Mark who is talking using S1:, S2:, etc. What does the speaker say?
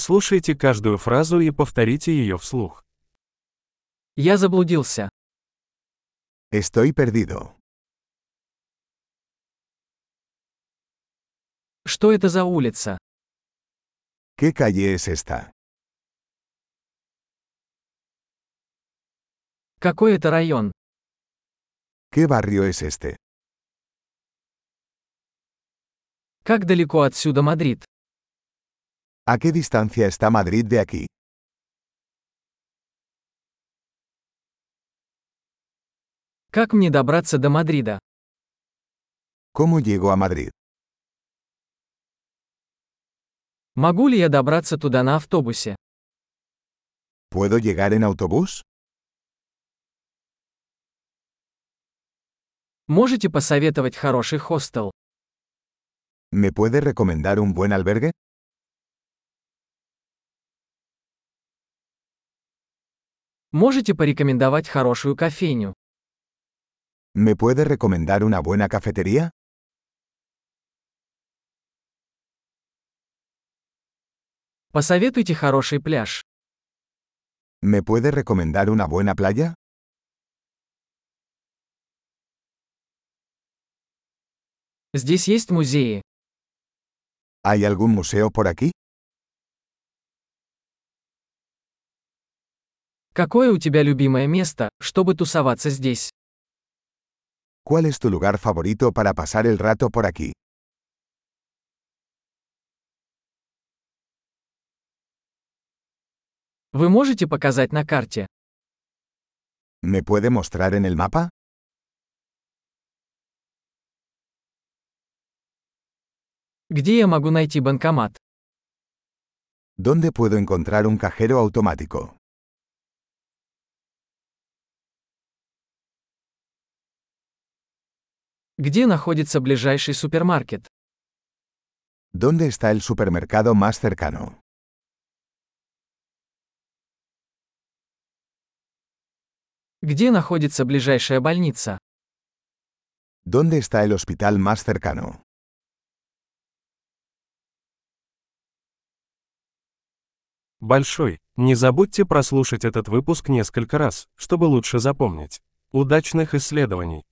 S1: Прослушайте каждую фразу и повторите ее вслух.
S2: Я заблудился.
S3: Estoy perdido.
S2: Что это за улица?
S3: ¿Qué calle es esta?
S2: Какой это район?
S3: ¿Qué barrio es este?
S2: Как далеко отсюда Мадрид?
S3: ¿A qué distancia está Madrid de aquí?
S2: Как мне добраться до Мадрида?
S3: ¿Cómo llego a Madrid?
S2: Могу ли я добраться туда на автобусе?
S3: ¿Puedo llegar en autobús?
S2: Можете посоветовать хороший хостел?
S3: ¿Me puede recomendar un buen albergue?
S2: Можете порекомендовать хорошую кофейню?
S3: ¿Me puede recomendar una buena cafetería?
S2: Посоветуйте хороший пляж.
S3: ¿Me puede recomendar una buena playa?
S2: Здесь есть музеи.
S3: ¿Hay algún museo por aquí?
S2: Какое у тебя любимое место, чтобы тусоваться здесь?
S3: ¿Cuál es tu lugar favorito para pasar el rato por aquí?
S2: Вы можете показать на карте?
S3: ¿Me puede mostrar en el mapa?
S2: Где я могу найти банкомат?
S3: ¿Dónde puedo encontrar un cajero automático?
S2: Где находится ближайший супермаркет?
S3: ¿Dónde está el supermercado más cercano?
S2: Где находится ближайшая больница?
S3: ¿Dónde está el hospital más cercano?
S1: Большой. Не забудьте прослушать этот выпуск несколько раз, чтобы лучше запомнить. Удачных исследований!